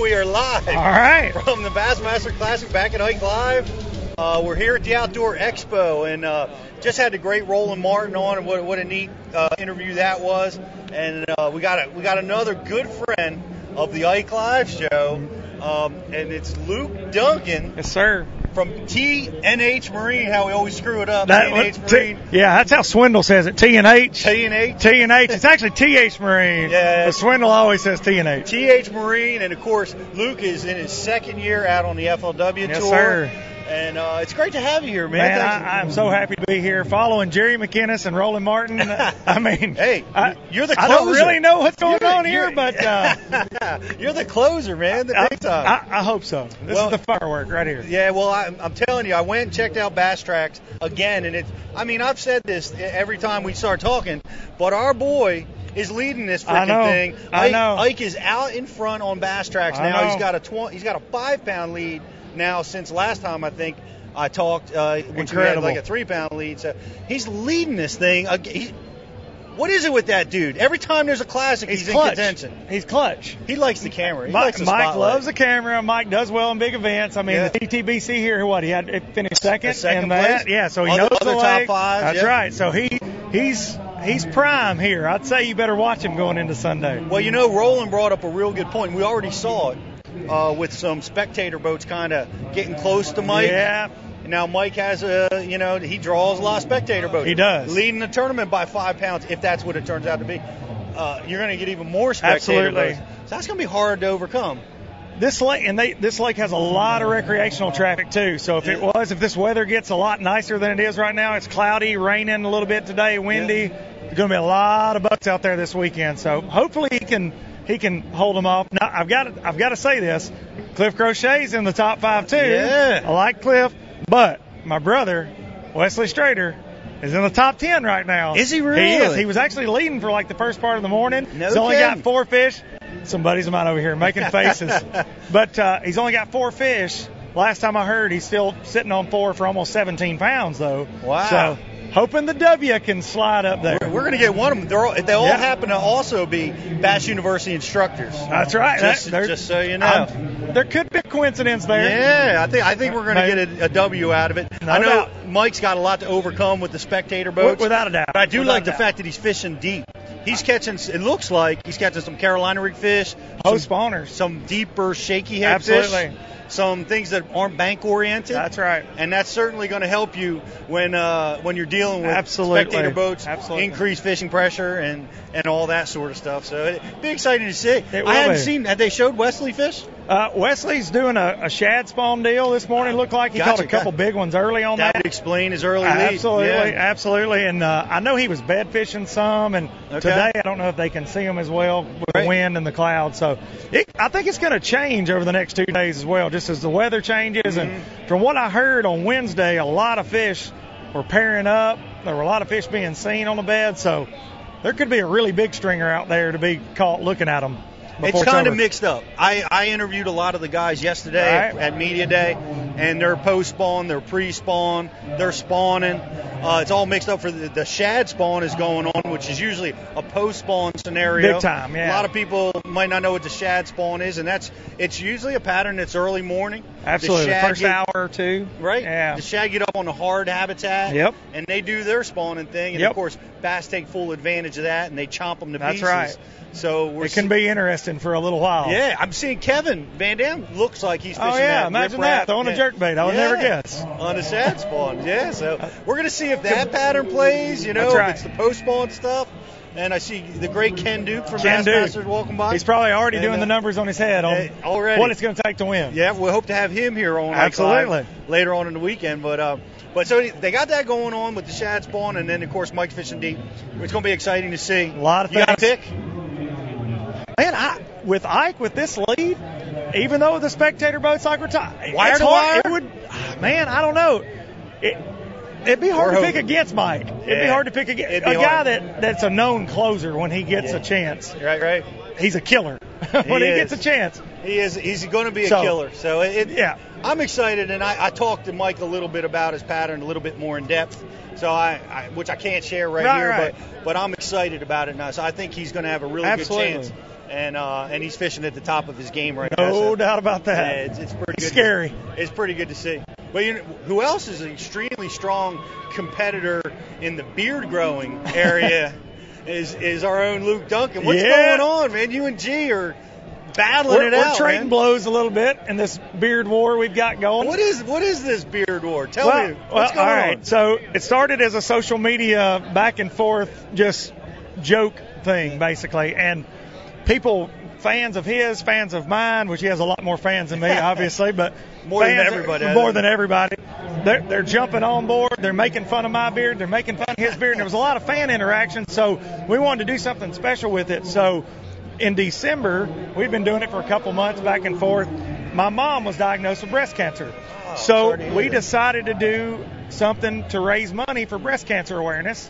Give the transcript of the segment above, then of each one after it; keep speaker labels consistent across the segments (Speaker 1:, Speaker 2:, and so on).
Speaker 1: we are live.
Speaker 2: All right.
Speaker 1: From the Bassmaster Classic back at Hike Live. Uh, we're here at the Outdoor Expo and uh, just had the great Roland Martin on. and What, what a neat uh, interview that was. And uh, we got a, we got another good friend of the Ike Live show, um, and it's Luke Duncan
Speaker 2: Yes, sir.
Speaker 1: from TNH Marine. How we always screw it up.
Speaker 2: That-
Speaker 1: TNH
Speaker 2: what-
Speaker 1: Marine.
Speaker 2: T- yeah, that's how Swindle says it. T and H.
Speaker 1: TNH.
Speaker 2: T and H. It's actually TH Marine.
Speaker 1: Yeah.
Speaker 2: But Swindle always says T and H.
Speaker 1: TH Marine, and of course, Luke is in his second year out on the FLW
Speaker 2: Yes,
Speaker 1: tour.
Speaker 2: sir.
Speaker 1: And uh, it's great to have you here, man.
Speaker 2: Man,
Speaker 1: Thanks-
Speaker 2: I, I'm so happy to be here following Jerry McInnes and Roland Martin. I mean,
Speaker 1: Hey,
Speaker 2: I,
Speaker 1: you're the
Speaker 2: I don't
Speaker 1: closer.
Speaker 2: really know what's going
Speaker 1: You're the-
Speaker 2: on here,
Speaker 1: you're-
Speaker 2: but uh,
Speaker 1: you're the closer, man. The
Speaker 2: I,
Speaker 1: big time.
Speaker 2: I, I hope so. This
Speaker 1: Well-
Speaker 2: is the firework right here.
Speaker 1: yeah, well, I, I'm telling you, I went and checked out Bass Tracks again, and it's. I mean, I've said this e, every time we start talking, but our boy is leading this
Speaker 2: I
Speaker 1: freaking
Speaker 2: know.
Speaker 1: thing.
Speaker 2: I
Speaker 1: Ike,
Speaker 2: know.
Speaker 1: Ike is out in front on Bass Tracks
Speaker 2: I
Speaker 1: now.
Speaker 2: know.
Speaker 1: He's got a tw- He's got a five pound lead now since last time I think I talked. Uh, when he had
Speaker 2: Incredible.
Speaker 1: like a three pound lead. So he's leading this thing. ag- He, what is it with that dude? Every time there's a classic, he's, in
Speaker 2: clutch.
Speaker 1: contention.
Speaker 2: He's clutch.
Speaker 1: He likes the camera. He likes
Speaker 2: Mike,
Speaker 1: the
Speaker 2: Mike
Speaker 1: spotlight.
Speaker 2: loves the camera. Mike does well in big events. I mean,
Speaker 1: Yeah.
Speaker 2: the TTBC here, what he had it finished second,
Speaker 1: A second
Speaker 2: in that.
Speaker 1: place.
Speaker 2: Yeah, so he
Speaker 1: Other-
Speaker 2: knows the
Speaker 1: other top
Speaker 2: lake.
Speaker 1: fives,
Speaker 2: That's
Speaker 1: yeah.
Speaker 2: right. So he he's he's prime here. I'd say you better watch him going into Sunday.
Speaker 1: Well, you know, Roland brought up a real good point. We already saw it uh, with some spectator boats kind of getting close to Mike.
Speaker 2: Yeah,
Speaker 1: Now Mike has a, you know, he draws a lot of spectator boats.
Speaker 2: He does.
Speaker 1: Leading the tournament by five pounds, if that's what it turns out to be. Uh, you're going to get even more spectator
Speaker 2: Absolutely.
Speaker 1: boats. So that's going to be hard to overcome.
Speaker 2: this lake and they this lake has a lot of recreational traffic too. So if it
Speaker 1: Yeah.
Speaker 2: was if this weather gets a lot nicer than it is right now, it's cloudy, raining a little bit today, windy. There's going to be a lot of boats out there this weekend. So hopefully he can he can hold them off. Now I've got to, I've got to say this, Cliff Crochet's in the top five too.
Speaker 1: Yeah.
Speaker 2: I like Cliff, but my brother Wesley Strader. Is in the top ten right now.
Speaker 1: Is he
Speaker 2: He is.
Speaker 1: really?
Speaker 2: He was actually leading for like the first part of the morning.
Speaker 1: No
Speaker 2: He's only
Speaker 1: kidding.
Speaker 2: got four fish. Some buddies of mine over here making faces. but uh, he's only got four fish. Last time I heard, he's still sitting on four for almost 17 pounds, though.
Speaker 1: Wow.
Speaker 2: So hoping the W can slide up there.
Speaker 1: We're going to get one of them. They're all, they all
Speaker 2: Yeah.
Speaker 1: happen to also be Bass University instructors.
Speaker 2: That's right.
Speaker 1: Just-
Speaker 2: That- there-
Speaker 1: just so you know.
Speaker 2: I'm- there could be a coincidence there.
Speaker 1: Yeah, I think I think we're going to
Speaker 2: Maybe.
Speaker 1: get a, a W out of it.
Speaker 2: No
Speaker 1: I know
Speaker 2: doubt.
Speaker 1: Mike's got a lot to overcome with the spectator
Speaker 2: W-
Speaker 1: boats.
Speaker 2: without a doubt.
Speaker 1: But I do
Speaker 2: Without
Speaker 1: like
Speaker 2: a
Speaker 1: the
Speaker 2: doubt.
Speaker 1: fact that he's fishing deep. He's catching. It looks like he's catching some Carolina rig fish,
Speaker 2: Ho
Speaker 1: some,
Speaker 2: spawners.
Speaker 1: some deeper shaky head
Speaker 2: Absolutely.
Speaker 1: fish, some things that aren't bank oriented.
Speaker 2: That's right.
Speaker 1: And that's certainly going to help you when uh, when you're dealing with
Speaker 2: Absolutely.
Speaker 1: spectator boats,
Speaker 2: Absolutely.
Speaker 1: increased fishing pressure, and and all that sort of stuff. So it'd be exciting to see.
Speaker 2: will
Speaker 1: I hadn't
Speaker 2: be.
Speaker 1: seen. Had they showed Wesley fish?
Speaker 2: Uh, Wesley's doing a, a shad spawn deal this morning. Looked like he
Speaker 1: Gotcha,
Speaker 2: caught a couple
Speaker 1: gotcha.
Speaker 2: big ones early on
Speaker 1: That would explain his early lead.
Speaker 2: Absolutely,
Speaker 1: Yeah.
Speaker 2: absolutely. And uh, I know he was bed fishing some, and
Speaker 1: Okay.
Speaker 2: today I don't know if they can see him as well with
Speaker 1: Right.
Speaker 2: the wind and the clouds. So it, I think it's going to change over the next two days as well, just as the weather changes.
Speaker 1: Mm-hmm.
Speaker 2: And from what I heard on Wednesday, a lot of fish were pairing up. There were a lot of fish being seen on the bed, so there could be a really big stringer out there to be caught looking at them.
Speaker 1: It's kind of mixed up. I, I interviewed a lot of the guys yesterday at-
Speaker 2: Right.
Speaker 1: at, Media Day, and they're post spawn, they're pre spawn, they're spawning. Uh, it's all mixed up for the, the shad spawn is going on, which is usually a post spawn scenario.
Speaker 2: Big time, yeah.
Speaker 1: A lot of people might not know what the shad spawn is, and that's it's usually a pattern that's early morning. The
Speaker 2: Absolutely,
Speaker 1: shad
Speaker 2: first
Speaker 1: get-
Speaker 2: hour or two.
Speaker 1: Right?
Speaker 2: Yeah.
Speaker 1: The shad get up on the hard habitat.
Speaker 2: Yep.
Speaker 1: And they do their spawning thing. And
Speaker 2: Yep.
Speaker 1: of course, bass take full advantage of that and they chomp them to
Speaker 2: That's
Speaker 1: pieces.
Speaker 2: right.
Speaker 1: So we're
Speaker 2: It can be interesting for a little while.
Speaker 1: yeah, I'm seeing Kevin Van Dam looks like he's fishing
Speaker 2: Oh yeah,
Speaker 1: that
Speaker 2: imagine
Speaker 1: riprap.
Speaker 2: that throwing
Speaker 1: Yeah.
Speaker 2: a jerkbait. I would never
Speaker 1: Yeah,
Speaker 2: guess.
Speaker 1: on a shad spawn. Yeah, so we're gonna see if that pattern plays. You know,
Speaker 2: That's right.
Speaker 1: if it's the post spawn stuff. And I see the great Ken Duke from
Speaker 2: Ken Duke.
Speaker 1: Bassmasters walking by.
Speaker 2: He's probably already
Speaker 1: And,
Speaker 2: doing
Speaker 1: uh,
Speaker 2: the numbers on his head on
Speaker 1: eh, already.
Speaker 2: what it's going to take to win.
Speaker 1: Yeah, we hope to have him here on Ike
Speaker 2: Absolutely.
Speaker 1: Live later on in the weekend. But uh, but so they got that going on with the shad spawn, and then of course Mike's fishing deep. It's gonna be exciting to see.
Speaker 2: A lot of
Speaker 1: you got a
Speaker 2: things.
Speaker 1: pick?
Speaker 2: Man, I, with Ike with this lead, even though the spectator boats like we're talking,
Speaker 1: Wire
Speaker 2: it's
Speaker 1: to
Speaker 2: hard,
Speaker 1: wire?
Speaker 2: it would. Man, I don't know. It, it'd be hard
Speaker 1: We're
Speaker 2: to pick
Speaker 1: hoping.
Speaker 2: against Mike. It'd be
Speaker 1: Yeah.
Speaker 2: hard to pick against
Speaker 1: It'd
Speaker 2: a
Speaker 1: be
Speaker 2: guy
Speaker 1: hard.
Speaker 2: that, that's a known closer when he gets
Speaker 1: Yeah.
Speaker 2: a chance.
Speaker 1: Right, right.
Speaker 2: He's a killer when
Speaker 1: He
Speaker 2: he,
Speaker 1: is.
Speaker 2: gets a chance.
Speaker 1: He is. He's going to be a
Speaker 2: So-
Speaker 1: killer. So it, it-
Speaker 2: Yeah.
Speaker 1: I'm excited, and I, I talked to Mike a little bit about his pattern, a little bit more in depth. So I, I which I can't share right,
Speaker 2: Right,
Speaker 1: here,
Speaker 2: right.
Speaker 1: but but I'm excited about it now. So I think he's going to have a really
Speaker 2: Absolutely.
Speaker 1: good chance and uh, and he's fishing at the top of his game right now.
Speaker 2: No
Speaker 1: so,
Speaker 2: doubt about
Speaker 1: yeah,
Speaker 2: that.
Speaker 1: it's, it's pretty
Speaker 2: It's
Speaker 1: good to-
Speaker 2: scary.
Speaker 1: it's pretty good to see. But you know, who else is an extremely strong competitor in the beard growing area? is is our own Luke Duncan? What's
Speaker 2: Yeah.
Speaker 1: going on, man? You and G are battling
Speaker 2: We're,
Speaker 1: it
Speaker 2: we're
Speaker 1: out.
Speaker 2: trading
Speaker 1: man.
Speaker 2: blows a little bit in this beard war we've got going.
Speaker 1: What is what is this beard war? Tell
Speaker 2: well,
Speaker 1: me
Speaker 2: well,
Speaker 1: what's
Speaker 2: all
Speaker 1: going
Speaker 2: right.
Speaker 1: on.
Speaker 2: So it started as a social media back and forth, just joke thing, basically. And people, fans of his, fans of mine, which he has a lot more fans than me, obviously, but
Speaker 1: More than
Speaker 2: fans-
Speaker 1: everybody, I
Speaker 2: More
Speaker 1: think.
Speaker 2: than everybody. They're, they're jumping on board. They're making fun of my beard. They're making fun of his beard. And there was a lot of fan interaction. So we wanted to do something special with it. So in December, we've been doing it for a couple months back and forth. My mom was diagnosed with breast cancer.
Speaker 1: Oh, sorry to
Speaker 2: So
Speaker 1: hear
Speaker 2: we
Speaker 1: that.
Speaker 2: decided to do something to raise money for breast cancer awareness.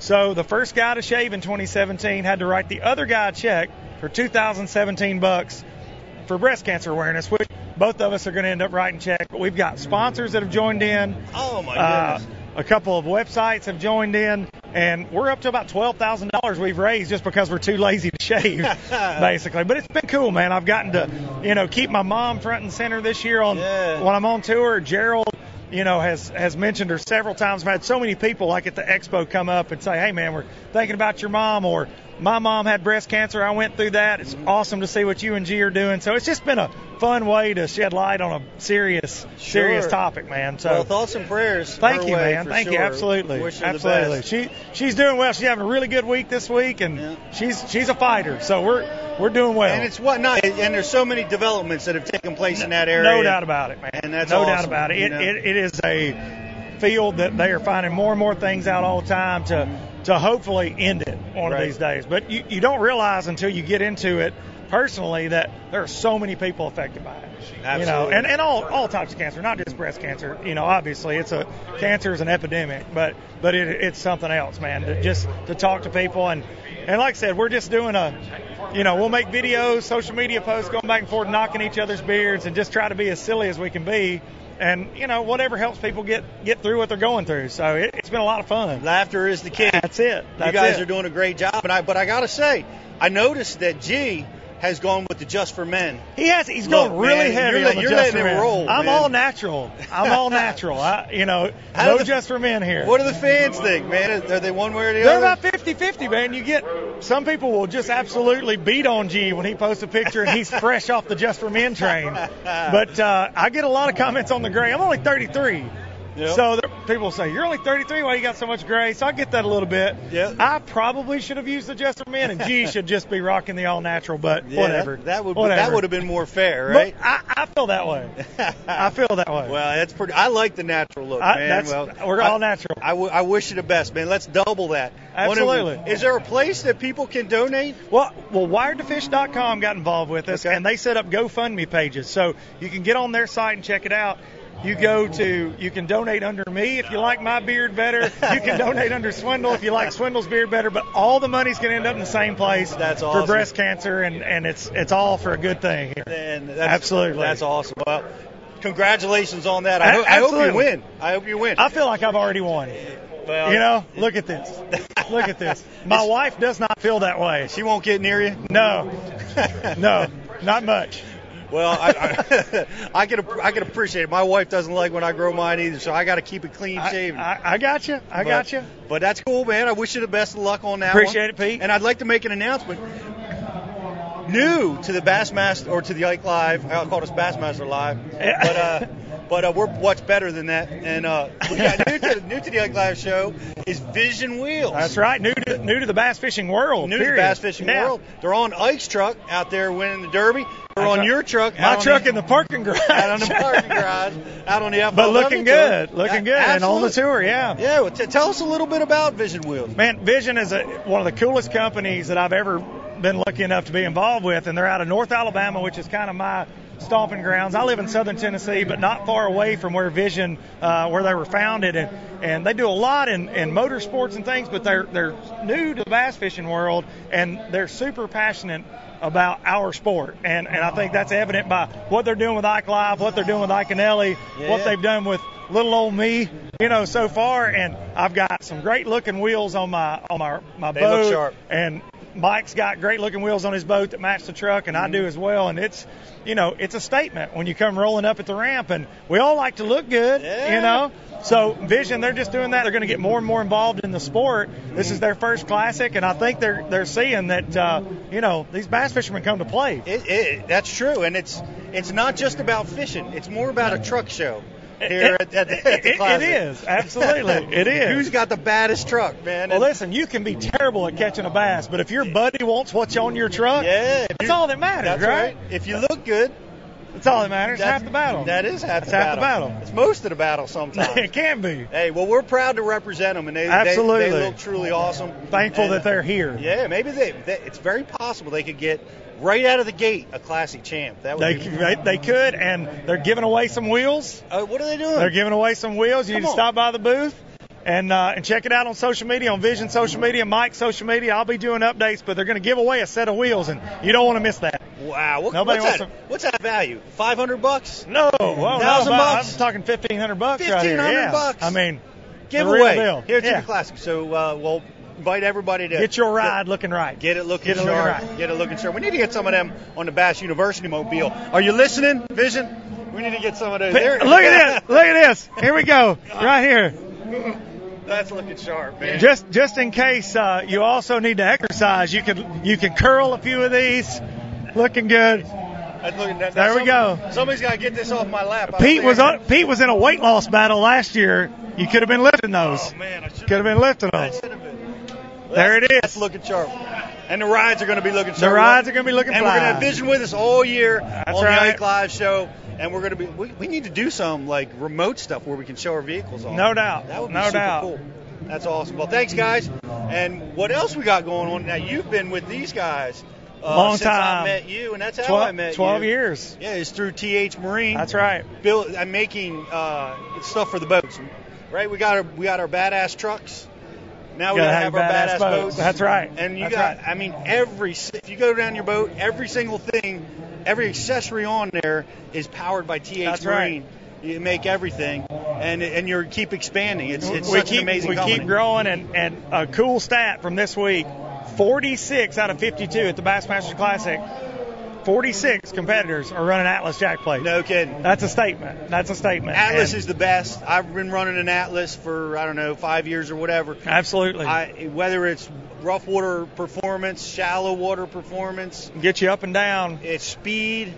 Speaker 2: So the first guy to shave in 2017 had to write the other guy a check for 2017 bucks for breast cancer awareness, which both of us are going to end up writing check. But we've got sponsors that have joined in.
Speaker 1: oh my
Speaker 2: Uh,
Speaker 1: goodness.
Speaker 2: a couple of websites have joined in, and we're up to about twelve thousand dollars we've raised just because we're too lazy to shave, basically. But it's been cool, man. I've gotten to, you know, keep my mom front and center this year on
Speaker 1: Yeah.
Speaker 2: when I'm on tour. Gerald, you know, has has mentioned her several times. I've had so many people like at the expo come up and say, "Hey, man, we're thinking about your mom," or "My mom had breast cancer. I went through that. It's awesome to see what you and G are doing." So it's just been a fun way to shed light on a serious, serious
Speaker 1: Sure.
Speaker 2: topic, man. So
Speaker 1: well, thoughts and prayers.
Speaker 2: Thank
Speaker 1: her
Speaker 2: you,
Speaker 1: way
Speaker 2: man.
Speaker 1: for
Speaker 2: Thank you.
Speaker 1: sure.
Speaker 2: Absolutely.
Speaker 1: Wish her The
Speaker 2: Absolutely.
Speaker 1: best.
Speaker 2: She she's doing well. She's having a really good week this week, and
Speaker 1: Yeah.
Speaker 2: she's she's a fighter. So we're we're doing well.
Speaker 1: And it's what not. And there's so many developments that have taken place in that area.
Speaker 2: no doubt about it, man.
Speaker 1: And that's
Speaker 2: no doubt
Speaker 1: awesome,
Speaker 2: about it.
Speaker 1: you
Speaker 2: It,
Speaker 1: know?
Speaker 2: it. it is a field that they are finding more and more things out all the time to to hopefully end it one
Speaker 1: Right.
Speaker 2: of these days. But you, you don't realize until you get into it personally that there are so many people affected by it. You know,
Speaker 1: Absolutely.
Speaker 2: and, and all, all types of cancer, not just breast cancer. You know, obviously it's a cancer is an epidemic, but but it, it's something else, man. To just to talk to people and and like I said, we're just doing a, you know, we'll make videos, social media posts, going back and forth, knocking each other's beards, and just try to be as silly as we can be. And you know, whatever helps people get get through what they're going through. So it, it's been a lot of fun.
Speaker 1: Laughter is the key.
Speaker 2: That's it. That's
Speaker 1: you guys
Speaker 2: it.
Speaker 1: are doing a great job. And I, but I gotta say, I noticed that G has gone with the Just for Men.
Speaker 2: He has. He's
Speaker 1: Look,
Speaker 2: going
Speaker 1: man,
Speaker 2: really heavy
Speaker 1: you're
Speaker 2: on
Speaker 1: let-
Speaker 2: the
Speaker 1: you're
Speaker 2: just
Speaker 1: letting
Speaker 2: for
Speaker 1: it
Speaker 2: men.
Speaker 1: roll,
Speaker 2: I'm
Speaker 1: man.
Speaker 2: all natural. I'm all natural. I, you know,
Speaker 1: How
Speaker 2: no
Speaker 1: do the-
Speaker 2: just for men here.
Speaker 1: What do the fans think, man? Are they one way or the
Speaker 2: They're
Speaker 1: other?
Speaker 2: about 50-50, man. You get some people will just absolutely beat on G when he posts a picture and he's fresh off the Just for Men train. But uh, I get a lot of comments on the gray. I'm only 33.
Speaker 1: Yep.
Speaker 2: So there, people say you're only 33. Why you got so much gray? So I get that a little bit.
Speaker 1: Yep.
Speaker 2: I probably should have used the Just for Men, and G should just be rocking the all natural. But
Speaker 1: Yeah,
Speaker 2: whatever.
Speaker 1: That, that would that
Speaker 2: Whatever.
Speaker 1: would have been more fair, right?
Speaker 2: But I, I feel that way. I feel that way.
Speaker 1: Well, that's pretty. I like the natural look,
Speaker 2: I-
Speaker 1: man.
Speaker 2: that's-
Speaker 1: well,
Speaker 2: we're
Speaker 1: I-
Speaker 2: all natural.
Speaker 1: I, w- I wish you the best, man. Let's double that. One of-
Speaker 2: Absolutely.
Speaker 1: is there a place that people can donate?
Speaker 2: Well, well, WiredToFish.com got involved with us,
Speaker 1: Okay.
Speaker 2: and they set up GoFundMe pages, so you can get on their site and check it out. You go to, you can donate under me if you like my beard better. You can donate under Swindle if you like Swindle's beard better. But all the money's going to end up in the same place
Speaker 1: That's
Speaker 2: for
Speaker 1: awesome.
Speaker 2: breast cancer, and and it's it's all for a good thing here.
Speaker 1: And that's,
Speaker 2: Absolutely.
Speaker 1: that's awesome. Well, congratulations on that. I,
Speaker 2: A-
Speaker 1: ho- I hope you
Speaker 2: absolutely.
Speaker 1: win. I hope you win.
Speaker 2: I feel like I've already won.
Speaker 1: well,
Speaker 2: You know, look at this. Look at this. My wife does not feel that way.
Speaker 1: she won't get near you.
Speaker 2: No, no, not much.
Speaker 1: Well, I, I, I can ap- I can appreciate it. My wife doesn't like when I grow mine either, so I got to keep it clean
Speaker 2: I,
Speaker 1: shaven.
Speaker 2: I, I got you. I
Speaker 1: But-
Speaker 2: got you.
Speaker 1: But that's cool, man. I wish you the best of luck on that.
Speaker 2: Appreciate
Speaker 1: one.
Speaker 2: it, Pete.
Speaker 1: And I'd like to make an announcement. New to the Bassmaster or to the Ike Live, I call this Bassmaster Live,
Speaker 2: Yeah.
Speaker 1: but uh, but uh, we're what's better than that. And uh, we got new to new to the Ike Live show is Vision Wheels.
Speaker 2: That's right. New to new to the bass fishing world.
Speaker 1: New to
Speaker 2: period.
Speaker 1: the bass fishing
Speaker 2: Yeah.
Speaker 1: world. They're on Ike's truck out there winning the Derby. They're
Speaker 2: That's
Speaker 1: on
Speaker 2: right.
Speaker 1: your truck.
Speaker 2: My
Speaker 1: out on
Speaker 2: truck
Speaker 1: the,
Speaker 2: in the parking garage.
Speaker 1: out on the parking garage, out on the F100
Speaker 2: but looking
Speaker 1: tour.
Speaker 2: good, looking good, and on the
Speaker 1: Absolutely.
Speaker 2: tour, yeah.
Speaker 1: Yeah, well, t- tell us a little bit about Vision Wheels.
Speaker 2: Man, Vision is a, one of the coolest companies that I've ever been lucky enough to be involved with, and they're out of North Alabama, which is kind of my stomping grounds. I live in Southern Tennessee, but not far away from where Vision, uh, where they were founded, and, and they do a lot in, in motorsports and things, but they're they're new to the bass fishing world, and they're super passionate about our sport, and and I think that's evident by what they're doing with Ike Live, what they're doing with Ike and Ellie, what
Speaker 1: Yeah.
Speaker 2: they've done with little old me, you know, so far, and I've got some great looking wheels on my on my my
Speaker 1: look
Speaker 2: boat,
Speaker 1: sharp.
Speaker 2: and Mike's got great looking wheels on his boat that match the truck, and I do
Speaker 1: Mm-hmm.
Speaker 2: as well. And it's, you know, it's a statement when you come rolling up at the ramp, and we all like to look good,
Speaker 1: Yeah.
Speaker 2: you know. So Vision, they're just doing that. They're going to get more and more involved in the sport. This is their first classic, and I think they're they're seeing that, uh, you know, these bass fishermen come to play.
Speaker 1: It, it, that's true, and it's it's not just about fishing. It's more about a truck show here at,
Speaker 2: It-
Speaker 1: at, the, at the
Speaker 2: it- it
Speaker 1: classic.
Speaker 2: is absolutely it is.
Speaker 1: Who's got the baddest truck, man?
Speaker 2: Well,
Speaker 1: And-
Speaker 2: listen, you can be terrible at catching a bass, but if your buddy wants what's on your truck,
Speaker 1: yeah, if
Speaker 2: that's
Speaker 1: you-
Speaker 2: all that matters,
Speaker 1: That's
Speaker 2: right?
Speaker 1: right. If you look good,
Speaker 2: That's all that matters. half the battle.
Speaker 1: That is half,
Speaker 2: That's
Speaker 1: the,
Speaker 2: half the
Speaker 1: battle.
Speaker 2: battle.
Speaker 1: It's most of the battle sometimes.
Speaker 2: it can be.
Speaker 1: hey, well, we're proud to represent them, and they they-
Speaker 2: Absolutely.
Speaker 1: they, look truly awesome.
Speaker 2: Thankful
Speaker 1: And,
Speaker 2: that they're here.
Speaker 1: Yeah, maybe they, they. It's very possible they could get right out of the gate a classic champ. That would.
Speaker 2: They,
Speaker 1: be,
Speaker 2: they they could, and they're giving away some wheels.
Speaker 1: uh, what are they doing?
Speaker 2: They're giving away some wheels. You
Speaker 1: Come
Speaker 2: need to
Speaker 1: on.
Speaker 2: stop by the booth and uh, and check it out on social media, on Vision social media, Mike's social media. I'll be doing updates, but they're going to give away a set of wheels, and you don't want to miss that.
Speaker 1: wow. What,
Speaker 2: Nobody
Speaker 1: what's
Speaker 2: wants
Speaker 1: that?
Speaker 2: to-
Speaker 1: What's that value? Five hundred bucks.
Speaker 2: No, well, no,
Speaker 1: Thousand
Speaker 2: about-
Speaker 1: bucks?
Speaker 2: I'm talking fifteen hundred bucks right here.
Speaker 1: 1,500
Speaker 2: yeah.
Speaker 1: bucks?
Speaker 2: I mean, the real
Speaker 1: giveaway
Speaker 2: deal.
Speaker 1: here at
Speaker 2: Yeah.
Speaker 1: the Classic. So uh, we'll invite everybody to
Speaker 2: Get your ride looking right.
Speaker 1: Get it looking
Speaker 2: Get it looking
Speaker 1: sharp.
Speaker 2: right.
Speaker 1: Get it looking sharp. We need to get some of them on the Bass University mobile. Are you listening, Vision? We need to get some of those. There-
Speaker 2: Look at this! Look at this! Here we go, right here.
Speaker 1: That's looking sharp, man.
Speaker 2: Just just in case uh, you also need to exercise, you can you can curl a few of these. Looking good.
Speaker 1: That's looking, that,
Speaker 2: There we
Speaker 1: some-
Speaker 2: go.
Speaker 1: Somebody's got to get this off my lap. I
Speaker 2: Pete
Speaker 1: think-
Speaker 2: was on, Pete was in a weight loss battle last year. You could have been lifting those.
Speaker 1: Oh man, I should
Speaker 2: Could have been lifting
Speaker 1: I
Speaker 2: those.
Speaker 1: should have been.
Speaker 2: There it is.
Speaker 1: That's looking sharp. And the rides are going to be looking
Speaker 2: The
Speaker 1: sharp.
Speaker 2: rides are going to be looking
Speaker 1: And we're going to have
Speaker 2: fly.
Speaker 1: Vision with us all year on the
Speaker 2: right.
Speaker 1: Ike Live show. And we're going to be, we, we need to do some like remote stuff where we can show our vehicles off.
Speaker 2: No doubt.
Speaker 1: That would be
Speaker 2: No
Speaker 1: super
Speaker 2: doubt.
Speaker 1: cool. That's awesome. Well, thanks, guys. And what else we got going on? Now, you've been with these guys uh,
Speaker 2: Long
Speaker 1: since I
Speaker 2: time.
Speaker 1: met you, and that's how I met
Speaker 2: 12,
Speaker 1: you.
Speaker 2: 12 years.
Speaker 1: Yeah, it's through TH Marine.
Speaker 2: That's right.
Speaker 1: Bill, I'm making uh, stuff for the boats, right? We got our we got our badass trucks. Now we
Speaker 2: Gotta
Speaker 1: gotta
Speaker 2: have
Speaker 1: have
Speaker 2: your
Speaker 1: our
Speaker 2: badass
Speaker 1: badass,
Speaker 2: boats.
Speaker 1: boats.
Speaker 2: That's right.
Speaker 1: And you
Speaker 2: That's
Speaker 1: got,
Speaker 2: right.
Speaker 1: I mean, every si- if you go down your boat, every single thing, every accessory on there is powered by TH
Speaker 2: That's right.
Speaker 1: Marine. You make everything, and and you keep expanding. It's it's
Speaker 2: we
Speaker 1: such
Speaker 2: keep
Speaker 1: an amazing
Speaker 2: we
Speaker 1: company.
Speaker 2: keep growing, and and a cool stat from this week: 46 out of 52 at the Bassmasters Classic. 46 competitors are running Atlas jack plates.
Speaker 1: No kidding.
Speaker 2: That's a statement. That's a statement.
Speaker 1: Atlas
Speaker 2: And-
Speaker 1: is the best. I've been running an Atlas for I don't know five years or whatever.
Speaker 2: absolutely
Speaker 1: I, whether it's rough water performance, shallow water performance,
Speaker 2: get you up and down.
Speaker 1: it's speed,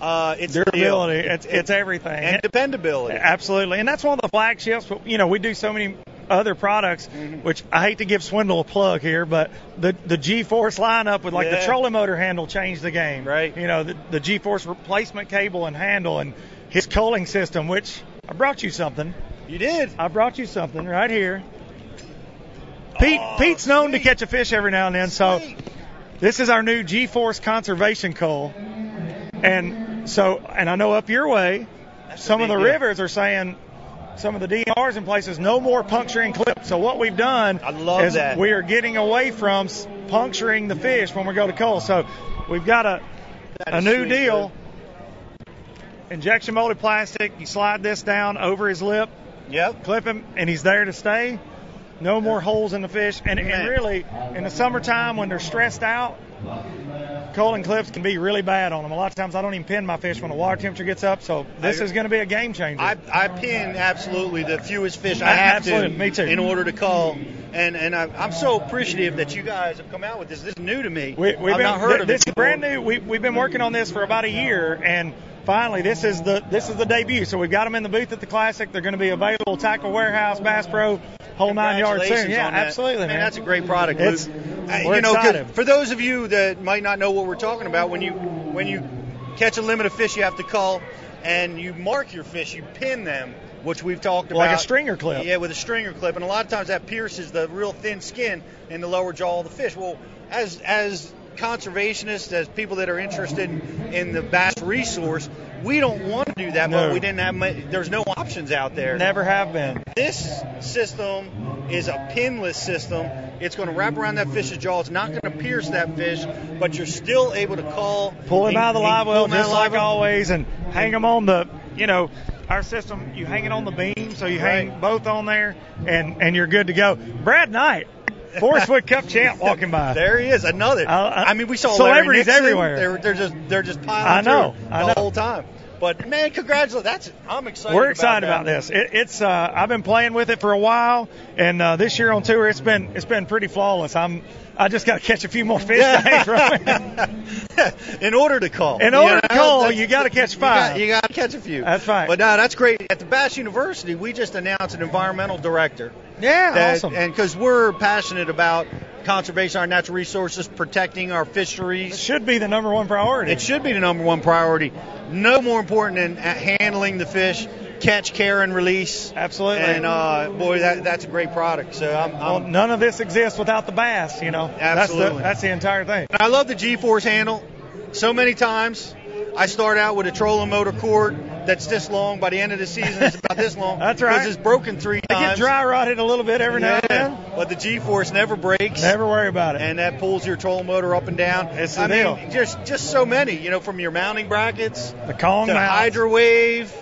Speaker 1: uh, it's
Speaker 2: Durability,
Speaker 1: skill,
Speaker 2: it's it's everything.
Speaker 1: and dependability.
Speaker 2: Absolutely, and that's one of the flagships. But you know, we do so many other products,
Speaker 1: Mm-hmm.
Speaker 2: which I hate to give Swindle a plug here, but the the G-force lineup with like the
Speaker 1: Yeah.
Speaker 2: trolling motor handle changed the game.
Speaker 1: Right.
Speaker 2: You know, the, the G-force replacement cable and handle, and his culling system. Which I brought you something.
Speaker 1: You did.
Speaker 2: I brought you something right here. Pete
Speaker 1: Oh,
Speaker 2: Pete's known to
Speaker 1: sweet.
Speaker 2: catch a fish every now and then, so.
Speaker 1: Sweet.
Speaker 2: This is our new G-force conservation coal, and so and I know up your way, some of
Speaker 1: big
Speaker 2: the
Speaker 1: deal.
Speaker 2: rivers are saying some of the DRs in places no more puncturing clips. So what we've done
Speaker 1: I love
Speaker 2: is
Speaker 1: that.
Speaker 2: we are getting away from s- puncturing the fish when we go to coal. So we've got a
Speaker 1: That
Speaker 2: a
Speaker 1: is
Speaker 2: new
Speaker 1: sweet,
Speaker 2: deal. Injection molded plastic. You slide this down over his lip,
Speaker 1: dude. Yep.
Speaker 2: clip him, and he's there to stay. No more holes in the fish. And,
Speaker 1: Man.
Speaker 2: and really, in the summertime when they're stressed out, cold and clips can be really bad on them. A lot of times I don't even pin my fish when the water temperature gets up. So this
Speaker 1: I-
Speaker 2: is going to be a game changer.
Speaker 1: I, I pin absolutely the fewest fish I
Speaker 2: A-
Speaker 1: have
Speaker 2: absolutely,
Speaker 1: to
Speaker 2: me too.
Speaker 1: in order to call. And and I, I'm so appreciative that you guys have come out with this. This is new to me.
Speaker 2: we, we've
Speaker 1: I've
Speaker 2: been,
Speaker 1: not heard
Speaker 2: thi-
Speaker 1: of
Speaker 2: this
Speaker 1: it
Speaker 2: is brand
Speaker 1: before.
Speaker 2: new. We, we've been working on this for about a year, and finally, this is the this is the debut. So we've got them in the booth at the Classic. They're going to be available Tackle Warehouse, Bass Pro, whole nine yards soon.
Speaker 1: Congratulations
Speaker 2: Yeah,
Speaker 1: on that.
Speaker 2: absolutely, man.
Speaker 1: That's a great product.
Speaker 2: It's-
Speaker 1: Luke. Uh,
Speaker 2: we're
Speaker 1: you know, 'cause
Speaker 2: excited.
Speaker 1: for those of you that might not know what we're talking about, when you when you catch a limit of fish, you have to cull and you mark your fish, you pin them, which we've talked
Speaker 2: Like a
Speaker 1: about.
Speaker 2: stringer clip.
Speaker 1: Yeah, with a stringer clip, and a lot of times that pierces the real thin skin in the lower jaw of the fish. Well, as as conservationists, as people that are interested in the bass resource, we don't want to do that,
Speaker 2: No.
Speaker 1: but we didn't have. mu- There's no options out there.
Speaker 2: Never have been.
Speaker 1: This system is a pinless system. It's going to wrap around that fish's jaw. It's not going to pierce that fish, but you're still able to call.
Speaker 2: pull him
Speaker 1: and-
Speaker 2: out of the live
Speaker 1: and pull
Speaker 2: well
Speaker 1: him out of
Speaker 2: just
Speaker 1: the live
Speaker 2: like
Speaker 1: well.
Speaker 2: always and hang him on the you know our system you hang it on the beam so you hang
Speaker 1: Right.
Speaker 2: both on there and and you're good to go brad knight Four-foot cup champ walking by.
Speaker 1: There he is, another.
Speaker 2: I- I-
Speaker 1: I, mean, we saw
Speaker 2: celebrities
Speaker 1: Larry Nixon.
Speaker 2: everywhere.
Speaker 1: They're, they're just they're just
Speaker 2: I
Speaker 1: piling
Speaker 2: know,
Speaker 1: through
Speaker 2: I
Speaker 1: the
Speaker 2: know.
Speaker 1: whole time. But man, congratulations! That's I'm excited.
Speaker 2: We're excited
Speaker 1: about,
Speaker 2: about
Speaker 1: that.
Speaker 2: this. It, it's uh, I've been playing with it for a while, and uh, this year on tour, it's been it's been pretty flawless. I'm I just got to catch a few more fish today. From it.
Speaker 1: in order to call.
Speaker 2: In order
Speaker 1: You
Speaker 2: to
Speaker 1: know,
Speaker 2: call,
Speaker 1: that's-
Speaker 2: you gotta catch
Speaker 1: you got-
Speaker 2: five.
Speaker 1: You got to catch a few.
Speaker 2: That's right.
Speaker 1: But no, that's great. At the Bass University, we just announced an environmental director.
Speaker 2: Yeah,
Speaker 1: that-
Speaker 2: awesome.
Speaker 1: And because we're passionate about conservation, our natural resources, protecting our fisheries.
Speaker 2: Should be the number one priority.
Speaker 1: It should be the number one priority. No more important than a- handling the fish, catch, care, and release.
Speaker 2: Absolutely.
Speaker 1: And uh, boy, that, that's a great product. So I'm,
Speaker 2: well,
Speaker 1: I'm
Speaker 2: none of this exists without the bass. You know, that's the
Speaker 1: um, Absolutely.
Speaker 2: that's the entire thing.
Speaker 1: I love the G-force handle. So many times, I start out with a trolling motor cord that's this long. By the end of the season, it's about this long.
Speaker 2: That's right.
Speaker 1: Because it's broken three
Speaker 2: I get
Speaker 1: times.
Speaker 2: dry rotted a little bit every now
Speaker 1: Yeah.
Speaker 2: and then.
Speaker 1: But the G-force never breaks.
Speaker 2: Never worry about it.
Speaker 1: And that pulls your trolling motor up and down.
Speaker 2: It's the
Speaker 1: I
Speaker 2: deal.
Speaker 1: mean, just just so many. You know, from your mounting brackets
Speaker 2: the Kong
Speaker 1: to
Speaker 2: mouth.
Speaker 1: Hydro Wave,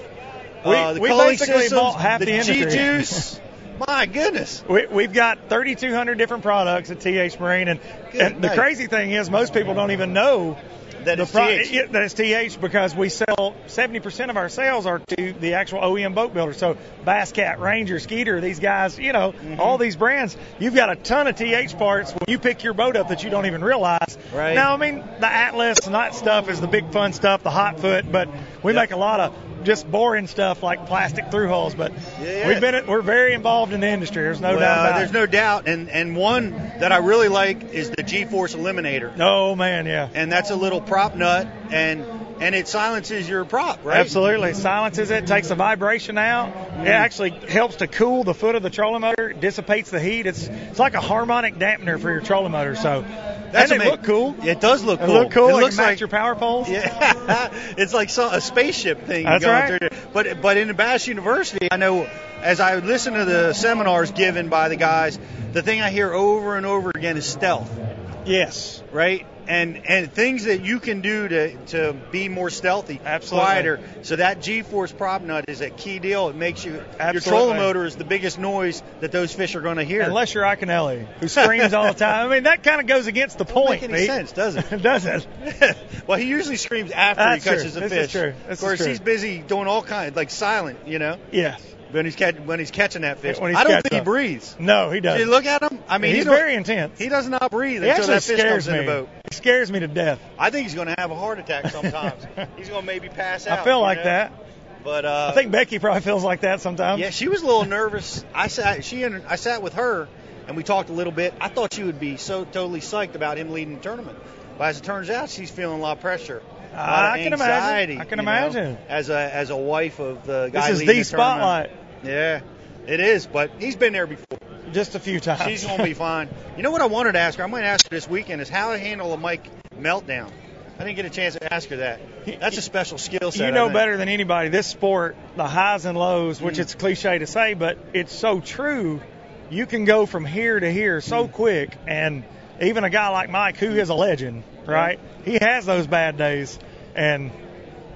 Speaker 2: We-
Speaker 1: uh, the
Speaker 2: we
Speaker 1: culling
Speaker 2: basically
Speaker 1: systems,
Speaker 2: bought half the industry.
Speaker 1: G-juice. My goodness.
Speaker 2: We, we've got 3,200 different products at TH Marine, and,
Speaker 1: Good
Speaker 2: and the
Speaker 1: night.
Speaker 2: crazy thing is most people don't even know
Speaker 1: That
Speaker 2: the
Speaker 1: is
Speaker 2: pro-
Speaker 1: TH.
Speaker 2: yeah, that it's TH because we sell 70% of our sales are to the actual OEM boat builders. So Basscat, Ranger, Skeeter, these guys, you know,
Speaker 1: Mm-hmm.
Speaker 2: all these brands. You've got a ton of TH parts when you pick your boat up that you don't even realize.
Speaker 1: Right.
Speaker 2: Now, I mean, the Atlas and that stuff is the big fun stuff, the hot foot, but we
Speaker 1: Yep.
Speaker 2: make a lot of just boring stuff like plastic through holes. But
Speaker 1: Yeah.
Speaker 2: we've been we're very involved in the industry. There's no doubt
Speaker 1: well,
Speaker 2: about
Speaker 1: there's
Speaker 2: it.
Speaker 1: no doubt, and and one that I really like is the G-force eliminator.
Speaker 2: No man, yeah.
Speaker 1: and that's a little prop nut, and and it silences your prop, right?
Speaker 2: Absolutely. Silences it, takes the vibration out.
Speaker 1: Mm.
Speaker 2: It actually helps to cool the foot of the trolling motor, dissipates the heat. It's it's like a harmonic dampener for your trolling motor. So
Speaker 1: That's
Speaker 2: and it
Speaker 1: amazing.
Speaker 2: look cool.
Speaker 1: It does look
Speaker 2: It
Speaker 1: cool.
Speaker 2: look cool. It,
Speaker 1: looks
Speaker 2: can match
Speaker 1: like
Speaker 2: your power poles.
Speaker 1: yeah, it's like some, a spaceship thing
Speaker 2: That's
Speaker 1: going
Speaker 2: right.
Speaker 1: through. there. But but in the Bass University, I know as I listen to the seminars given by the guys, the thing I hear over and over again is stealth,
Speaker 2: Yes.
Speaker 1: right? And and things that you can do to to be more stealthy,
Speaker 2: Absolutely.
Speaker 1: quieter. So that G-force prop nut is a key deal. It makes you your
Speaker 2: Absolutely.
Speaker 1: trolling motor is the biggest noise that those fish are going to hear.
Speaker 2: Unless you're Iconelli, who screams all the time. I mean, that kind of goes against the point.
Speaker 1: Doesn't make any
Speaker 2: Pete.
Speaker 1: sense, does it?
Speaker 2: It doesn't.
Speaker 1: well, he usually screams after
Speaker 2: That's
Speaker 1: he catches
Speaker 2: true.
Speaker 1: a
Speaker 2: This is
Speaker 1: fish.
Speaker 2: true. This is
Speaker 1: of course,
Speaker 2: true.
Speaker 1: he's busy doing all kinds, like silent, you know,
Speaker 2: Yes.
Speaker 1: when he's catch, when he's catching that fish.
Speaker 2: When he's
Speaker 1: I don't
Speaker 2: catching
Speaker 1: think he
Speaker 2: them.
Speaker 1: breathes.
Speaker 2: No, he
Speaker 1: Did you
Speaker 2: doesn't.
Speaker 1: look at him? I mean, he
Speaker 2: he's
Speaker 1: don't-
Speaker 2: very intense.
Speaker 1: He does not breathe
Speaker 2: He
Speaker 1: until
Speaker 2: actually
Speaker 1: that fish
Speaker 2: scares
Speaker 1: comes in
Speaker 2: me.
Speaker 1: the boat.
Speaker 2: He scares me to death.
Speaker 1: I think he's going to have a heart attack sometimes. he's going to maybe pass out.
Speaker 2: I feel
Speaker 1: you
Speaker 2: like
Speaker 1: know?
Speaker 2: that.
Speaker 1: But uh,
Speaker 2: I think Becky probably feels like that sometimes.
Speaker 1: yeah, she was a little nervous. I sat she and I sat with her and we talked a little bit. I thought she would be so totally psyched about him leading the tournament. But as it turns out, she's feeling a lot of pressure. A lot
Speaker 2: I
Speaker 1: of
Speaker 2: can imagine.
Speaker 1: anxiety,
Speaker 2: I can
Speaker 1: you know,
Speaker 2: imagine.
Speaker 1: as a as a wife of the guy
Speaker 2: This is
Speaker 1: leading
Speaker 2: the spotlight.
Speaker 1: tournament. Yeah, it is. But he's been there before.
Speaker 2: Just a few times.
Speaker 1: She's gonna be fine. You know what I wanted to ask her? I might ask her this weekend is how to handle a mic meltdown. I didn't get a chance to ask her that. That's a special skill set.
Speaker 2: you
Speaker 1: I
Speaker 2: know
Speaker 1: think.
Speaker 2: better than anybody this sport the highs and lows
Speaker 1: Mm.
Speaker 2: which it's cliche to say but it's so true you can go from here to here
Speaker 1: Mm.
Speaker 2: so quick and even a guy like mike who is a legend right he has those bad days and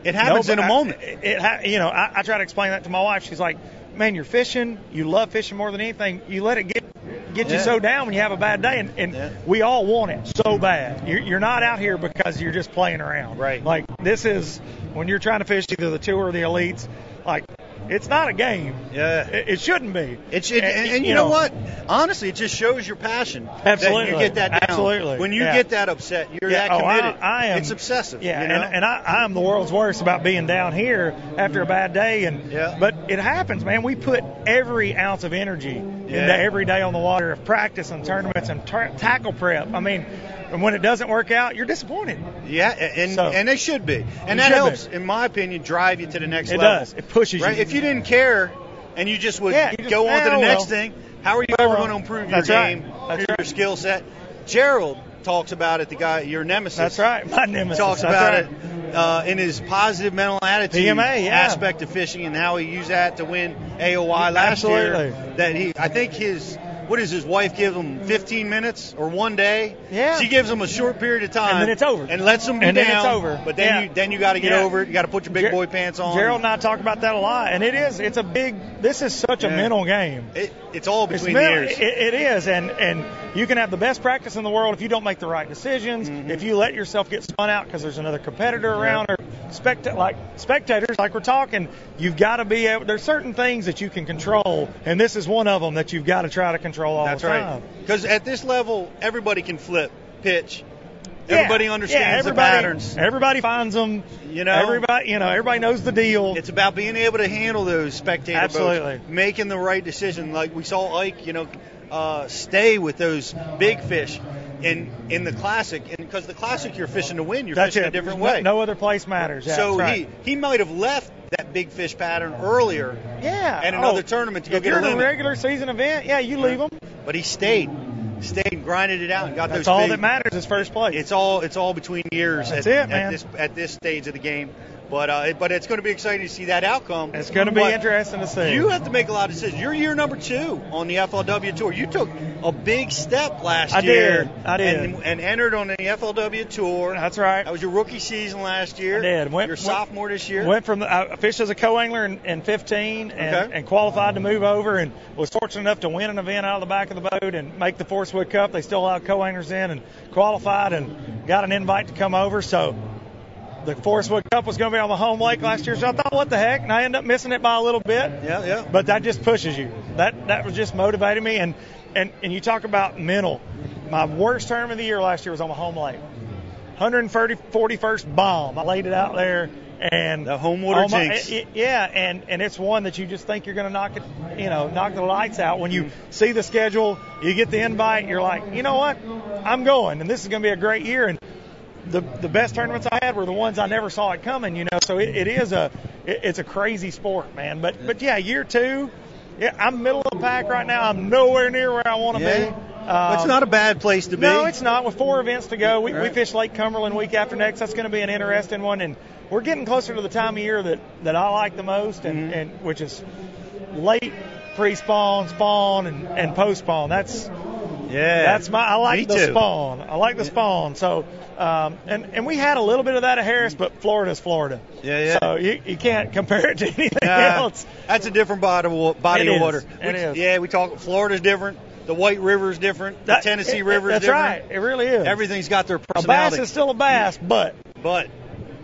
Speaker 1: It happens
Speaker 2: no,
Speaker 1: in
Speaker 2: but
Speaker 1: a
Speaker 2: I-
Speaker 1: moment.
Speaker 2: It, ha- you know, I, I try to explain that to my wife. She's like, "Man, you're fishing. You love fishing more than anything. You let it get get you
Speaker 1: Yeah.
Speaker 2: so down when you have a bad day, and, and
Speaker 1: Yeah.
Speaker 2: we all want it so bad. You're, you're not out here because you're just playing around.
Speaker 1: Right.
Speaker 2: Like this is when you're trying to fish either the tour or the elites. Like it's not a game.
Speaker 1: yeah.
Speaker 2: It, it shouldn't be.
Speaker 1: It should, and, and you know what? Honestly, it just shows your passion. That
Speaker 2: Absolutely.
Speaker 1: you get that down.
Speaker 2: Absolutely.
Speaker 1: When you
Speaker 2: Yeah.
Speaker 1: get that upset, you're
Speaker 2: Yeah,
Speaker 1: that
Speaker 2: oh, I-
Speaker 1: committed.
Speaker 2: I, am.
Speaker 1: It's obsessive.
Speaker 2: Yeah,
Speaker 1: you know?
Speaker 2: and, and I, I am the world's worst about being down here after a bad day. And
Speaker 1: Yeah.
Speaker 2: but it happens, man. We put every ounce of energy into
Speaker 1: Yeah.
Speaker 2: every day on the water of practice and tournaments and tar- tackle prep. I mean, and when it doesn't work out, you're disappointed.
Speaker 1: yeah, and
Speaker 2: So-
Speaker 1: and they should be. And
Speaker 2: It
Speaker 1: that
Speaker 2: should
Speaker 1: helps,
Speaker 2: be.
Speaker 1: in my opinion, drive you to the next
Speaker 2: It
Speaker 1: level.
Speaker 2: does. It pushes
Speaker 1: right?
Speaker 2: you.
Speaker 1: If you didn't care, and you just would
Speaker 2: Yeah, you just,
Speaker 1: go on to
Speaker 2: "Ah,
Speaker 1: the next
Speaker 2: well."
Speaker 1: thing, how are you ever
Speaker 2: well.
Speaker 1: going to improve your
Speaker 2: That's right.
Speaker 1: game,
Speaker 2: That's
Speaker 1: your
Speaker 2: right.
Speaker 1: skill set? Gerald talks about it. The guy, your nemesis.
Speaker 2: That's right. My nemesis.
Speaker 1: talks
Speaker 2: That's
Speaker 1: about
Speaker 2: right.
Speaker 1: it uh, in his positive mental attitude
Speaker 2: PMA, yeah.
Speaker 1: aspect of fishing and how he used that to win AOI last
Speaker 2: Absolutely.
Speaker 1: year. That he, I think his what does his wife give him? 15 minutes or one day?
Speaker 2: Yeah.
Speaker 1: She gives him a short period of time.
Speaker 2: And then it's over.
Speaker 1: And lets him be
Speaker 2: And
Speaker 1: down.
Speaker 2: then it's over.
Speaker 1: But then
Speaker 2: Yeah.
Speaker 1: you then you got to get
Speaker 2: Yeah.
Speaker 1: over it. You got to put your big
Speaker 2: Ger-
Speaker 1: boy pants on.
Speaker 2: Gerald and I talk about that a lot, and it is it's a big. This is such a
Speaker 1: Yeah.
Speaker 2: mental game.
Speaker 1: It, it's all
Speaker 2: It's
Speaker 1: between
Speaker 2: mental-
Speaker 1: the ears.
Speaker 2: It, it is, and and you can have the best practice in the world if you don't make the right decisions.
Speaker 1: Mm-hmm.
Speaker 2: If you let yourself get spun out because there's another competitor around or spect like spectators, like we're talking, you've got to be able. There's certain things that you can control, and this is one of them that you've got to try to control all
Speaker 1: That's
Speaker 2: the time.
Speaker 1: right. Because at this level, everybody can flip, pitch.
Speaker 2: Yeah.
Speaker 1: Everybody
Speaker 2: Yeah,
Speaker 1: understands
Speaker 2: everybody-
Speaker 1: the patterns.
Speaker 2: Everybody finds them.
Speaker 1: You know?
Speaker 2: everybody. You know, everybody knows the deal.
Speaker 1: It's about being able to handle those spectator boats,
Speaker 2: Absolutely.
Speaker 1: making the right decision. Like we saw Ike, you know, uh, stay with those big fish in in the classic, and because the classic you're fishing to win, you're
Speaker 2: That's
Speaker 1: fishing
Speaker 2: it.
Speaker 1: a different
Speaker 2: There's no-
Speaker 1: way.
Speaker 2: No, other place matters. Yeah,
Speaker 1: so
Speaker 2: that's right.
Speaker 1: he he might have left that big fish pattern earlier,
Speaker 2: yeah, Oh,
Speaker 1: and another tournament to go
Speaker 2: if
Speaker 1: get a
Speaker 2: you're in a
Speaker 1: limit.
Speaker 2: regular season event, yeah, you leave them.
Speaker 1: but he stayed, stayed and grinded it out and got
Speaker 2: That's
Speaker 1: those.
Speaker 2: all
Speaker 1: big-
Speaker 2: that matters is first place.
Speaker 1: It's all it's all between the ears
Speaker 2: That's
Speaker 1: at,
Speaker 2: it,
Speaker 1: at
Speaker 2: man.
Speaker 1: this at this stage of the game. But uh, it- but it's going to be exciting to see that outcome.
Speaker 2: It's going to be
Speaker 1: But
Speaker 2: interesting to see.
Speaker 1: You have to make a lot of decisions. You're year number two on the FLW tour. You took a big step last
Speaker 2: I did.
Speaker 1: year.
Speaker 2: I did.
Speaker 1: And, and entered on the FLW tour.
Speaker 2: That's right.
Speaker 1: That was your rookie season last year.
Speaker 2: I did. Went-
Speaker 1: your
Speaker 2: went-
Speaker 1: sophomore this year.
Speaker 2: Went from the, I fished as a co-angler in, in 15 and,
Speaker 1: Okay.
Speaker 2: and qualified to move over and was fortunate enough to win an event out of the back of the boat and make the Forcewood Cup. They still allowed co-anglers in and qualified and got an invite to come over. So the Forcewood Cup was going to be on the home lake last year. So I thought, what the heck? And I ended up missing it by a little bit.
Speaker 1: yeah, yeah.
Speaker 2: But that just pushes you. That that was just motivating me. And and and you talk about mental. My worst term of the year last year was on my home lake. 130 41st bomb. I laid it out there, and
Speaker 1: The home water
Speaker 2: Oh my-
Speaker 1: jinx.
Speaker 2: it- yeah, and and it's one that you just think you're going to knock it, you know, knock the lights out when you see the schedule. You get the invite, you're like, you know what, I'm going, and this is going to be a great year. And the the best tournaments I had were the ones I never saw it coming, you know. So it, it is a it, it's a crazy sport, man. But but yeah, year two, yeah, I'm middle of the pack right now. I'm nowhere near where I want to
Speaker 1: Yeah.
Speaker 2: be.
Speaker 1: But
Speaker 2: Um,
Speaker 1: it's not a bad place to be.
Speaker 2: no, it's not. With four events to go, we, we
Speaker 1: Right.
Speaker 2: fish Lake Cumberland week after next. That's going to be an interesting one, and we're getting closer to the time of year that, that I like the most, and,
Speaker 1: Mhm.
Speaker 2: and which is late pre-spawn, spawn, and, and post-spawn. That's
Speaker 1: yeah.
Speaker 2: that's my I like
Speaker 1: Me
Speaker 2: the
Speaker 1: too.
Speaker 2: spawn. I like the spawn. So, um, and and we had a little bit of that at Harris, but Florida's Florida.
Speaker 1: Yeah, yeah.
Speaker 2: So you, you can't compare it to anything
Speaker 1: Nah,
Speaker 2: else.
Speaker 1: That's a different body of, wa- body
Speaker 2: It
Speaker 1: of
Speaker 2: is.
Speaker 1: water.
Speaker 2: It
Speaker 1: We-
Speaker 2: is.
Speaker 1: Yeah, we talk. Florida's different. The White River's different. The
Speaker 2: That-
Speaker 1: Tennessee
Speaker 2: it- it-
Speaker 1: River's
Speaker 2: That's
Speaker 1: different.
Speaker 2: right. It really is.
Speaker 1: Everything's got their
Speaker 2: a bass
Speaker 1: personality.
Speaker 2: is still a bass, but
Speaker 1: but,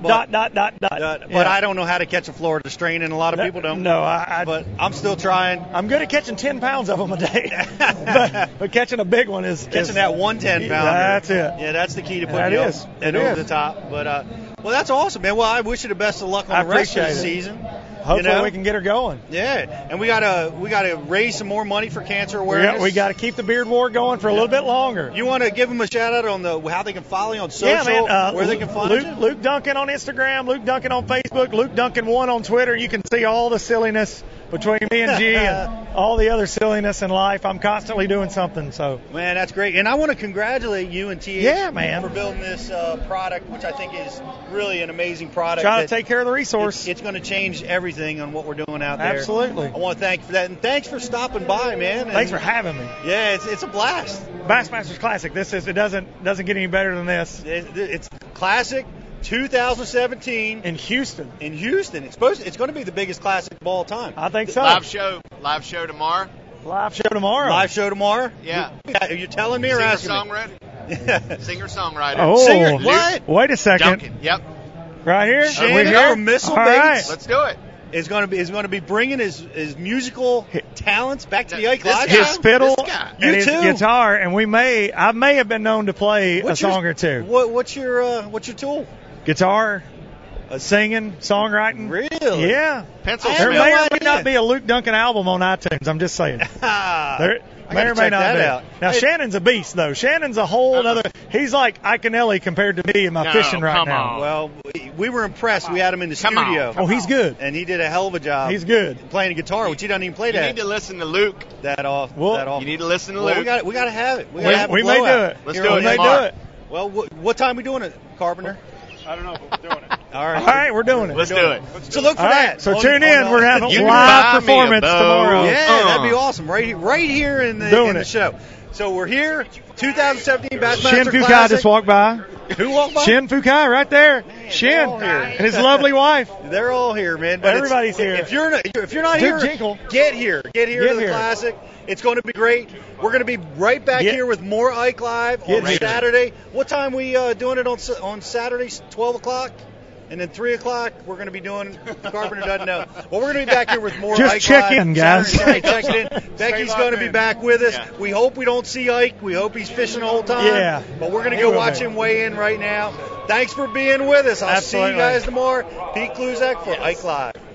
Speaker 1: but
Speaker 2: dot dot dot dot.
Speaker 1: but- but
Speaker 2: Yeah.
Speaker 1: I don't know how to catch a Florida strain, and a lot of people don't.
Speaker 2: No, I, I
Speaker 1: But I'm still trying.
Speaker 2: I'm good at catching 10 pounds of them a day, but, but catching a big one is
Speaker 1: Catching that 110 pounder.
Speaker 2: That's it.
Speaker 1: Yeah, that's the key to
Speaker 2: That
Speaker 1: putting you up
Speaker 2: is.
Speaker 1: and
Speaker 2: It
Speaker 1: over
Speaker 2: is.
Speaker 1: the top. But uh, well, that's awesome, man. Well, I wish you the best of luck on
Speaker 2: I
Speaker 1: the rest of the
Speaker 2: appreciate it.
Speaker 1: season.
Speaker 2: Hopefully
Speaker 1: you know?
Speaker 2: we can get her going.
Speaker 1: Yeah, and we gotta we gotta raise some more money for cancer
Speaker 2: We
Speaker 1: awareness.
Speaker 2: got, we got to keep the beard war going for a little bit longer.
Speaker 1: You want to give them a shout out on the how they can follow you on social,
Speaker 2: uh,
Speaker 1: where they can find
Speaker 2: Luke,
Speaker 1: you?
Speaker 2: Luke Duncan on Instagram, Luke Duncan on Facebook, Luke Duncan one on Twitter. You can see all the silliness between me and G and all the other silliness in life. I'm constantly doing something, so
Speaker 1: Man, that's great. And I want to congratulate you and TH
Speaker 2: Yeah, man.
Speaker 1: for building this uh, product, which I think is really an amazing product.
Speaker 2: try
Speaker 1: that-
Speaker 2: to take care of the resource.
Speaker 1: It's, it's going to change everything on what we're doing out there.
Speaker 2: Absolutely.
Speaker 1: I want to thank you for that, and thanks for stopping by, man. And-
Speaker 2: Thanks for having me.
Speaker 1: Yeah, it's, it's a blast.
Speaker 2: Bassmasters Classic. This is it doesn't doesn't get any better than this
Speaker 1: It- It's classic 2017
Speaker 2: in Houston.
Speaker 1: in Houston. It's supposed. It's going to be the biggest classic of all time.
Speaker 2: I think so.
Speaker 3: Live show, live show tomorrow.
Speaker 2: Live show tomorrow.
Speaker 1: Live show tomorrow.
Speaker 3: Yeah.
Speaker 1: Are you telling me or asking?
Speaker 3: Singer
Speaker 1: me?
Speaker 3: songwriter. Singer songwriter.
Speaker 2: Oh,
Speaker 1: Singer-
Speaker 2: Luke
Speaker 1: what?
Speaker 2: Wait a second.
Speaker 3: Duncan. Yep.
Speaker 2: Right here.
Speaker 1: Shannon
Speaker 2: we here?
Speaker 1: from Missile
Speaker 2: All right.
Speaker 1: Bates.
Speaker 3: Let's do it.
Speaker 1: is going to be is going to be bringing his his musical talents back to the Ike
Speaker 3: This
Speaker 1: Live.
Speaker 3: guy?
Speaker 2: His fiddle
Speaker 3: This guy.
Speaker 2: and
Speaker 1: You
Speaker 2: his
Speaker 1: too.
Speaker 2: guitar, and we may I may have been known to play
Speaker 1: What's
Speaker 2: a song
Speaker 1: your,
Speaker 2: or two.
Speaker 1: What, what's your uh, what's your tool?
Speaker 2: Guitar, uh, singing, songwriting.
Speaker 1: Really?
Speaker 2: Yeah.
Speaker 3: Pencil
Speaker 1: I
Speaker 2: There
Speaker 1: have
Speaker 2: may
Speaker 3: smell.
Speaker 1: no
Speaker 2: or may
Speaker 1: idea.
Speaker 2: not be a Luke Duncan album on iTunes. I'm just saying. There,
Speaker 1: I
Speaker 2: may
Speaker 1: gotta
Speaker 2: or may
Speaker 1: check
Speaker 2: not
Speaker 1: that
Speaker 2: be.
Speaker 1: out.
Speaker 2: Now
Speaker 1: Hey.
Speaker 2: Shannon's a beast though. Shannon's a whole
Speaker 3: Uh-uh.
Speaker 2: other. He's like Iconelli compared to me in my
Speaker 3: No,
Speaker 2: fishing right
Speaker 3: come
Speaker 2: now.
Speaker 3: on.
Speaker 1: Well, we- we were impressed. We had him in the
Speaker 3: Come on.
Speaker 1: studio,
Speaker 2: Oh, he's good.
Speaker 1: and he did a hell of a
Speaker 3: um,
Speaker 1: job.
Speaker 2: He's good.
Speaker 1: playing guitar, which he doesn't even play
Speaker 3: You
Speaker 1: that
Speaker 3: need to listen to Luke.
Speaker 1: that off.
Speaker 2: Well,
Speaker 1: that off.
Speaker 3: You need to listen to
Speaker 1: well,
Speaker 3: Luke.
Speaker 1: we got we got to have it. We,
Speaker 2: We,
Speaker 1: gotta have a
Speaker 2: we may do
Speaker 1: blowout.
Speaker 2: it.
Speaker 3: Let's
Speaker 1: Here
Speaker 3: do
Speaker 2: we
Speaker 1: on
Speaker 3: it
Speaker 2: may
Speaker 1: in.
Speaker 3: tomorrow.
Speaker 2: do it.
Speaker 1: Well, wh- what time we doing it, Carpenter?
Speaker 4: I don't know, but we're doing it.
Speaker 1: All right.
Speaker 2: All right, we're doing it.
Speaker 3: Let's do it.
Speaker 1: So look for
Speaker 2: All
Speaker 1: that.
Speaker 2: right, so
Speaker 1: on-
Speaker 2: tune
Speaker 1: on,
Speaker 2: in.
Speaker 1: uh,
Speaker 2: We're having
Speaker 3: You
Speaker 2: a
Speaker 3: can
Speaker 2: live
Speaker 3: buy me a
Speaker 2: performance
Speaker 3: bow.
Speaker 2: tomorrow.
Speaker 1: Yeah,
Speaker 3: Uh.
Speaker 1: that'd be awesome. Right, here- right here in the,
Speaker 2: Doing
Speaker 1: in the
Speaker 2: it.
Speaker 1: show. So we're here, 2017 Bassmaster
Speaker 2: Shin Fukai
Speaker 1: Classic.
Speaker 2: just walked by.
Speaker 1: Who walked by?
Speaker 2: Shin Fukai right there.
Speaker 1: they're
Speaker 2: Shin
Speaker 1: all here.
Speaker 2: and his lovely wife.
Speaker 1: They're all here, man. But it's-
Speaker 2: Everybody's here.
Speaker 1: If you're not, if you're not
Speaker 2: Dude,
Speaker 1: here,
Speaker 2: Jinkle.
Speaker 1: get here. Get here
Speaker 2: Get
Speaker 1: to the
Speaker 2: here.
Speaker 1: classic. It's going to be great. We're going to be right back
Speaker 2: Get-
Speaker 1: here with more Ike Live on
Speaker 2: Get here.
Speaker 1: Saturday. What time we uh, doing it on Sa- on Saturdays? 12 o'clock. And then three o'clock, we're going to be doing. Carpenter doesn't know. Well, we're going to be back here with more.
Speaker 2: Just
Speaker 1: Ike
Speaker 2: check
Speaker 1: Live
Speaker 2: in, guys.
Speaker 1: Saturday night. check it in.
Speaker 3: Straight
Speaker 1: Becky's going to
Speaker 3: lock
Speaker 1: be
Speaker 3: in.
Speaker 1: back with us.
Speaker 3: Yeah.
Speaker 1: We hope we don't see Ike. We hope he's fishing the whole time.
Speaker 2: Yeah.
Speaker 1: But we're going to
Speaker 2: He
Speaker 1: go
Speaker 2: will
Speaker 1: watch
Speaker 2: be.
Speaker 1: him weigh in right now. Thanks for being with us. I'll see you
Speaker 2: Absolutely.
Speaker 1: guys tomorrow. Pete Kluzak for Ike Live.